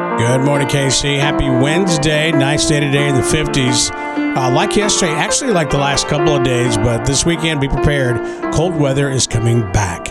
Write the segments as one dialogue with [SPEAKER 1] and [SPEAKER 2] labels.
[SPEAKER 1] Good morning, KC. Happy Wednesday. Nice day today in the 50s. Uh, like yesterday, actually, like the last couple of days, but this weekend, be prepared. Cold weather is coming back.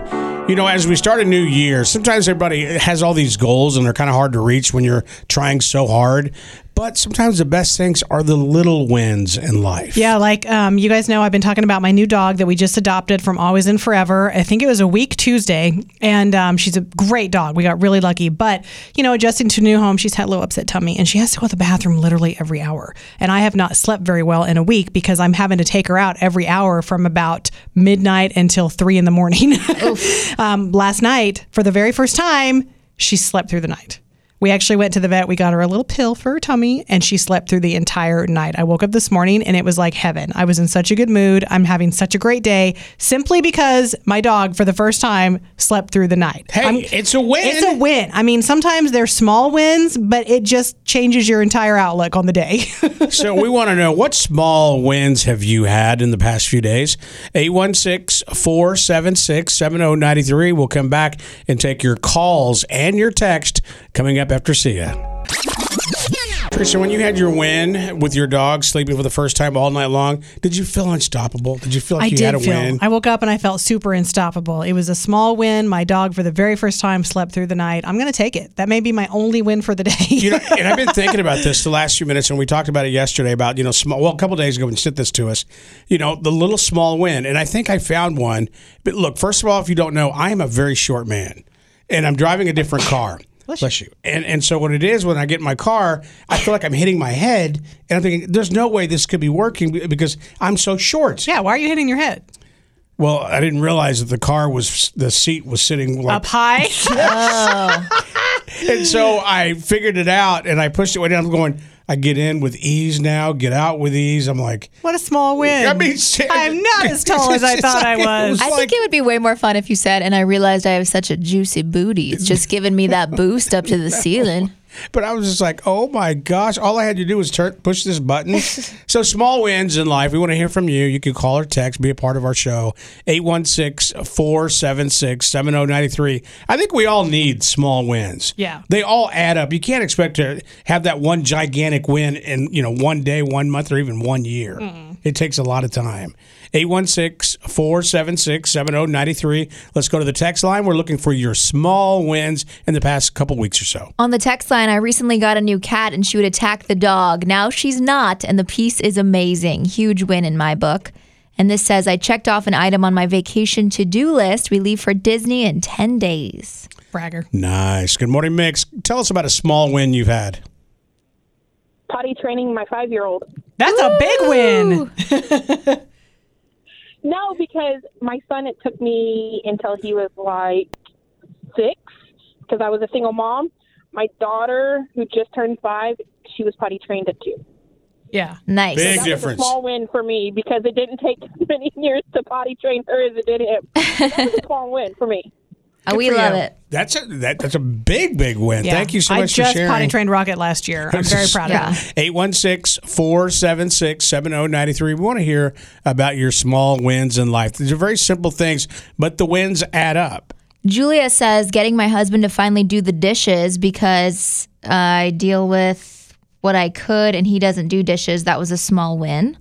[SPEAKER 1] You know, as we start a new year, sometimes everybody has all these goals and they're kind of hard to reach when you're trying so hard. But sometimes the best things are the little wins in life.
[SPEAKER 2] Yeah, like um, you guys know, I've been talking about my new dog that we just adopted from Always and Forever. I think it was a week Tuesday, and um, she's a great dog. We got really lucky, but you know, adjusting to a new home, she's had a little upset tummy, and she has to go to the bathroom literally every hour. And I have not slept very well in a week because I'm having to take her out every hour from about midnight until three in the morning. um, last night, for the very first time, she slept through the night. We actually went to the vet. We got her a little pill for her tummy, and she slept through the entire night. I woke up this morning and it was like heaven. I was in such a good mood. I'm having such a great day simply because my dog, for the first time, slept through the night.
[SPEAKER 1] Hey,
[SPEAKER 2] I'm-
[SPEAKER 1] it's a win.
[SPEAKER 2] it's a win. I mean, sometimes they're small wins, but it just changes your entire outlook on the day.
[SPEAKER 1] So we want to know what small wins have you had in the past few days? 816-476-7093. We'll come back and take your calls and your text coming up after Sia. Trisha, when you had your win with your dog sleeping for the first time all night long, did you feel unstoppable? Did you feel like
[SPEAKER 2] I
[SPEAKER 1] you
[SPEAKER 2] did
[SPEAKER 1] had a
[SPEAKER 2] feel.
[SPEAKER 1] win?
[SPEAKER 2] I woke up and I felt super unstoppable. It was a small win. My dog, for the very first time, slept through the night. I'm going to take it. That may be my only win for the day.
[SPEAKER 1] you know, and I've been thinking about this the last few minutes, and we talked about it yesterday about you know, small. Well, a couple days ago when you sent this to us, you know, the little small win, and I think I found one. But look, first of all, if you don't know, I am a very short man, and I'm driving a different car.
[SPEAKER 2] Bless
[SPEAKER 1] Bless you. And and so what it is when I get in my car, I feel like I'm hitting my head, and I'm thinking, there's no way this could be working be- because I'm so short.
[SPEAKER 2] yeah, why are you hitting your head?
[SPEAKER 1] Well, I didn't realize that the car was the seat was sitting like
[SPEAKER 2] Up high?
[SPEAKER 1] And so I figured it out and I pushed it way down. I'm going, I get in with ease now, get out with ease. I'm like,
[SPEAKER 2] What a small win.
[SPEAKER 1] I mean, ser-
[SPEAKER 2] I'm not as tall as I
[SPEAKER 1] It's
[SPEAKER 2] thought I
[SPEAKER 1] like-
[SPEAKER 2] was.
[SPEAKER 1] it
[SPEAKER 3] I
[SPEAKER 1] like-
[SPEAKER 3] think it would be way more fun if you said, and I realized I have such a juicy booty. It's just giving me that boost up to the ceiling.
[SPEAKER 1] But I was just like, oh my gosh, all I had to do was turn, push this button. so small wins in life. We want to hear from you. You can call or text, be a part of our show. 816-476-7093. I think we all need small wins.
[SPEAKER 2] Yeah.
[SPEAKER 1] They all add up. You can't expect to have that one gigantic win in, you know, one day, one month, or even one year. It takes a lot of time. 816-476-7093. Let's go to the text line. We're looking for your small wins in the past couple weeks or so.
[SPEAKER 3] On the text line, I recently got a new cat and she would attack the dog. Now she's not, and the piece is amazing. Huge win in my book. And this says, I checked off an item on my vacation to do list. We leave for Disney in 10 days.
[SPEAKER 2] Bragger.
[SPEAKER 1] Nice. Good morning, Mix. Tell us about a small win you've had.
[SPEAKER 4] potty training my five year old.
[SPEAKER 2] That's a big win.
[SPEAKER 4] No, because my son, it took me until he was like six because I was a single mom. My daughter, who just turned five, she was potty trained at two.
[SPEAKER 2] Yeah.
[SPEAKER 3] Nice.
[SPEAKER 1] Big
[SPEAKER 4] That was a
[SPEAKER 1] difference.
[SPEAKER 4] small win for me because it didn't take as many years to potty train her as it did him. That was a small win for me.
[SPEAKER 3] Uh, we
[SPEAKER 2] for
[SPEAKER 3] love
[SPEAKER 2] you.
[SPEAKER 3] it.
[SPEAKER 1] That's a that, that's a big big win.
[SPEAKER 2] Yeah.
[SPEAKER 1] Thank you so
[SPEAKER 2] I
[SPEAKER 1] much for
[SPEAKER 2] just potty
[SPEAKER 1] sharing.
[SPEAKER 2] trained Rocket last year. I'm very proud
[SPEAKER 3] Yeah.
[SPEAKER 2] of her.
[SPEAKER 1] 816-476-7093. We want to hear about your small wins in life. These are very simple things, but the wins add up.
[SPEAKER 3] Julia says, getting my husband to finally do the dishes because I deal with what I could and he doesn't do dishes. That was a small win.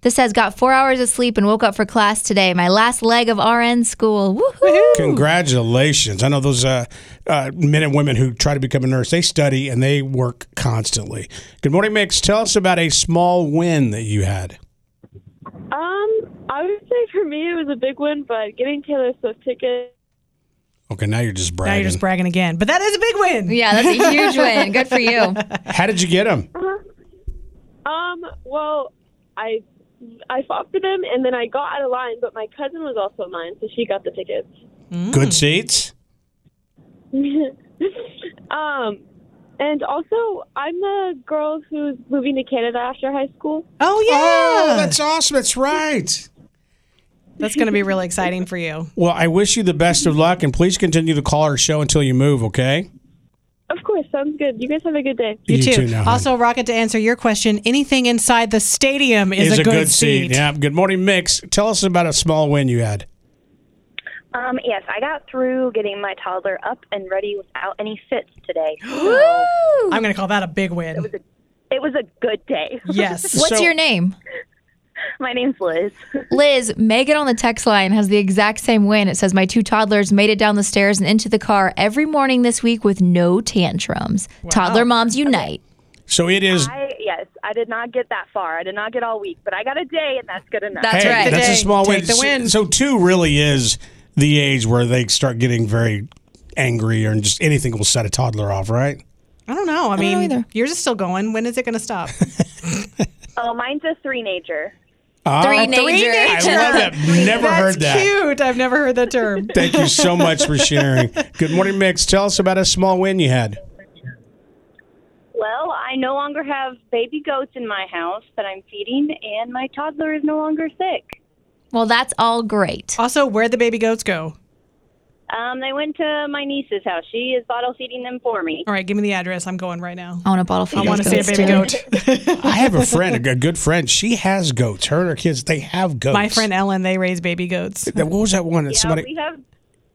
[SPEAKER 3] This says, got four hours of sleep and woke up for class today. My last leg of RN school. Woohoo!
[SPEAKER 1] Congratulations. I know those uh, uh, men and women who try to become a nurse, they study and they work constantly. Good morning, Mix. Tell us about a small win that you had.
[SPEAKER 5] Um, I would say for me it was a big one, but getting Taylor Swift tickets.
[SPEAKER 1] Okay, now you're just bragging.
[SPEAKER 2] Now you're just bragging again. But that is a big win.
[SPEAKER 3] Yeah, that's a huge win. Good for you.
[SPEAKER 1] How did you get them?
[SPEAKER 5] Um, well, I I fought for them and then I got out of line, but my cousin was also in line, so she got the tickets.
[SPEAKER 2] Mm.
[SPEAKER 1] Good seats?
[SPEAKER 5] Um, and also I'm the girl who's moving to Canada after high school.
[SPEAKER 2] Oh, yeah.
[SPEAKER 1] Oh, that's awesome. That's right.
[SPEAKER 2] that's going to be really exciting for you.
[SPEAKER 1] Well, I wish you the best of luck, and please continue to call our show until you move. Okay.
[SPEAKER 5] Of course, sounds good. You guys have a good day.
[SPEAKER 2] You,
[SPEAKER 1] too,
[SPEAKER 2] too.
[SPEAKER 1] now, hon.
[SPEAKER 2] also, Rocket, to answer your question, anything inside the stadium is, a, good, seat.
[SPEAKER 1] Yeah. Good morning, Mix. Tell us about a small win you had.
[SPEAKER 6] Um, yes, I got through getting my toddler up and ready without any fits today.
[SPEAKER 2] I'm going to call that a big win.
[SPEAKER 6] it was a good day.
[SPEAKER 2] Yes.
[SPEAKER 3] What's
[SPEAKER 1] So-
[SPEAKER 3] your name?
[SPEAKER 6] my name's Liz.
[SPEAKER 3] Liz, Megan on the text line has the exact same win. It says, My two toddlers made it down the stairs and into the car every morning this week with no tantrums. Toddler moms unite.
[SPEAKER 1] So it is.
[SPEAKER 6] I, yes, I did not get that far. I did not get all week, but I got a day, and that's good enough.
[SPEAKER 3] That's
[SPEAKER 1] hey,
[SPEAKER 3] right.
[SPEAKER 1] That's a
[SPEAKER 2] Take
[SPEAKER 1] small win.
[SPEAKER 2] the win.
[SPEAKER 1] So, so two really is the age where they start getting very angry, or just anything will set a toddler off, right?
[SPEAKER 2] I don't know. I,
[SPEAKER 3] know
[SPEAKER 2] mean,
[SPEAKER 3] either.
[SPEAKER 2] yours is still going. When is it going to stop?
[SPEAKER 6] oh, mine's a three-nager.
[SPEAKER 1] Ah,
[SPEAKER 3] Three
[SPEAKER 1] I
[SPEAKER 3] neighbors.
[SPEAKER 1] love that. Never
[SPEAKER 2] That's
[SPEAKER 1] heard that.
[SPEAKER 2] cute. I've never heard that term.
[SPEAKER 1] Thank you so much for sharing. Good morning, Mix. Tell us about a small win you had.
[SPEAKER 6] Well, I no longer have baby goats in my house that I'm feeding, and my toddler is no longer sick.
[SPEAKER 3] Well, that's all great.
[SPEAKER 2] Also, where the baby goats go.
[SPEAKER 6] Um, they went to my niece's house. She is bottle feeding them for me.
[SPEAKER 2] All right, give me the address. I'm going right now.
[SPEAKER 3] I want a bottle for
[SPEAKER 2] I want to see a baby goat.
[SPEAKER 1] I have a friend, a g- a good friend. She has goats. Her and her kids, they have goats.
[SPEAKER 2] My friend Ellen, they raise baby goats.
[SPEAKER 1] That- What was that one? That
[SPEAKER 6] Yeah,
[SPEAKER 1] somebody.
[SPEAKER 6] we have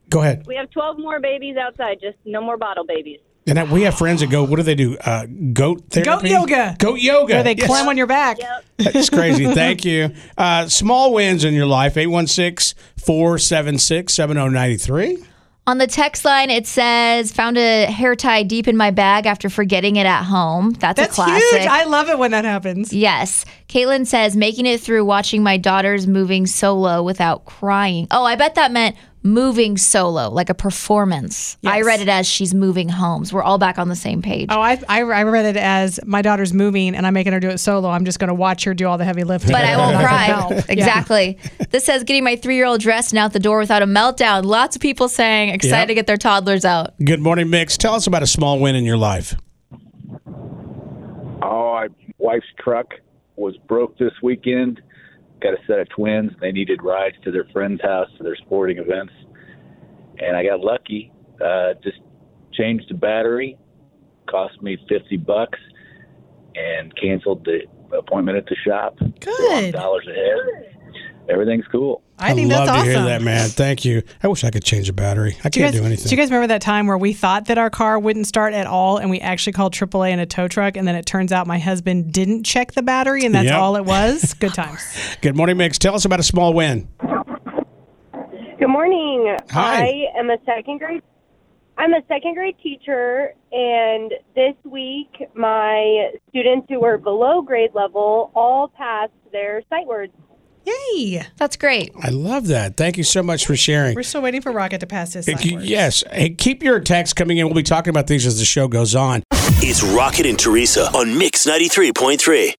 [SPEAKER 1] go ahead.
[SPEAKER 6] we have 12 more babies outside. Just no more bottle babies.
[SPEAKER 1] And that, we have friends that go. What do they do? Uh, goat therapy.
[SPEAKER 2] yoga.
[SPEAKER 1] Goat yoga.
[SPEAKER 2] Where they
[SPEAKER 1] Yes.
[SPEAKER 2] climb on your back.
[SPEAKER 1] That's crazy. Thank you. Uh, small wins in your life. 816 476 7093.
[SPEAKER 3] On the text line, it says, Found a hair tie deep in my bag after forgetting it at home. That's, a
[SPEAKER 2] That's
[SPEAKER 3] classic.
[SPEAKER 2] huge. I love it when that happens.
[SPEAKER 3] Yes. Caitlin says, making it through watching my daughters moving solo without crying. Oh, I bet that meant moving solo, like a performance. I
[SPEAKER 2] Yes.
[SPEAKER 3] read it as she's moving homes. We're all back on the same page.
[SPEAKER 2] Oh, I, I, I read it as my daughter's moving and I'm making her do it solo. I'm just going to watch her do all the heavy lifting.
[SPEAKER 3] But I won't
[SPEAKER 2] Not gonna
[SPEAKER 3] cry.
[SPEAKER 2] help. Yeah.
[SPEAKER 3] exactly. This says getting my three year old dressed and out the door without a meltdown. Lots of people saying excited
[SPEAKER 1] Yep.
[SPEAKER 3] to get their toddlers out.
[SPEAKER 1] Good morning, Mix. Tell us about a small win in your life.
[SPEAKER 7] Oh, my wife's truck was broke this weekend. Got a set of twins. They needed rides to their friend's house to their sporting events, and I got lucky. Uh, just changed the battery. Cost me fifty bucks, and canceled the appointment at the shop.
[SPEAKER 2] Good.
[SPEAKER 7] Dollars ahead. Everything's cool.
[SPEAKER 2] I think
[SPEAKER 1] love
[SPEAKER 2] that's awesome.
[SPEAKER 1] to hear that, man. Thank you. I wish I could change a battery. I
[SPEAKER 2] You
[SPEAKER 1] can't
[SPEAKER 2] guys-
[SPEAKER 1] do
[SPEAKER 2] you
[SPEAKER 1] anything.
[SPEAKER 2] guys remember that time where we thought that our car wouldn't start at all and we actually called AAA and a tow truck and then it turns out my husband didn't check the battery and that's
[SPEAKER 1] Yep.
[SPEAKER 2] all it was? Good times.
[SPEAKER 1] Good morning, Mix. Tell us about a small win.
[SPEAKER 8] Good morning.
[SPEAKER 1] Hi.
[SPEAKER 8] I am a second grade I'm a second grade teacher and this week my students who were below grade level all passed their sight words.
[SPEAKER 2] Yay.
[SPEAKER 3] That's great.
[SPEAKER 1] I love that. Thank you so much for sharing.
[SPEAKER 2] We're still waiting for Rocket to pass his
[SPEAKER 1] Thank you. Yes. Hey, keep your texts coming in. We'll be talking about these as the show goes on.
[SPEAKER 9] It's Rocket and Teresa on Mix 93.3.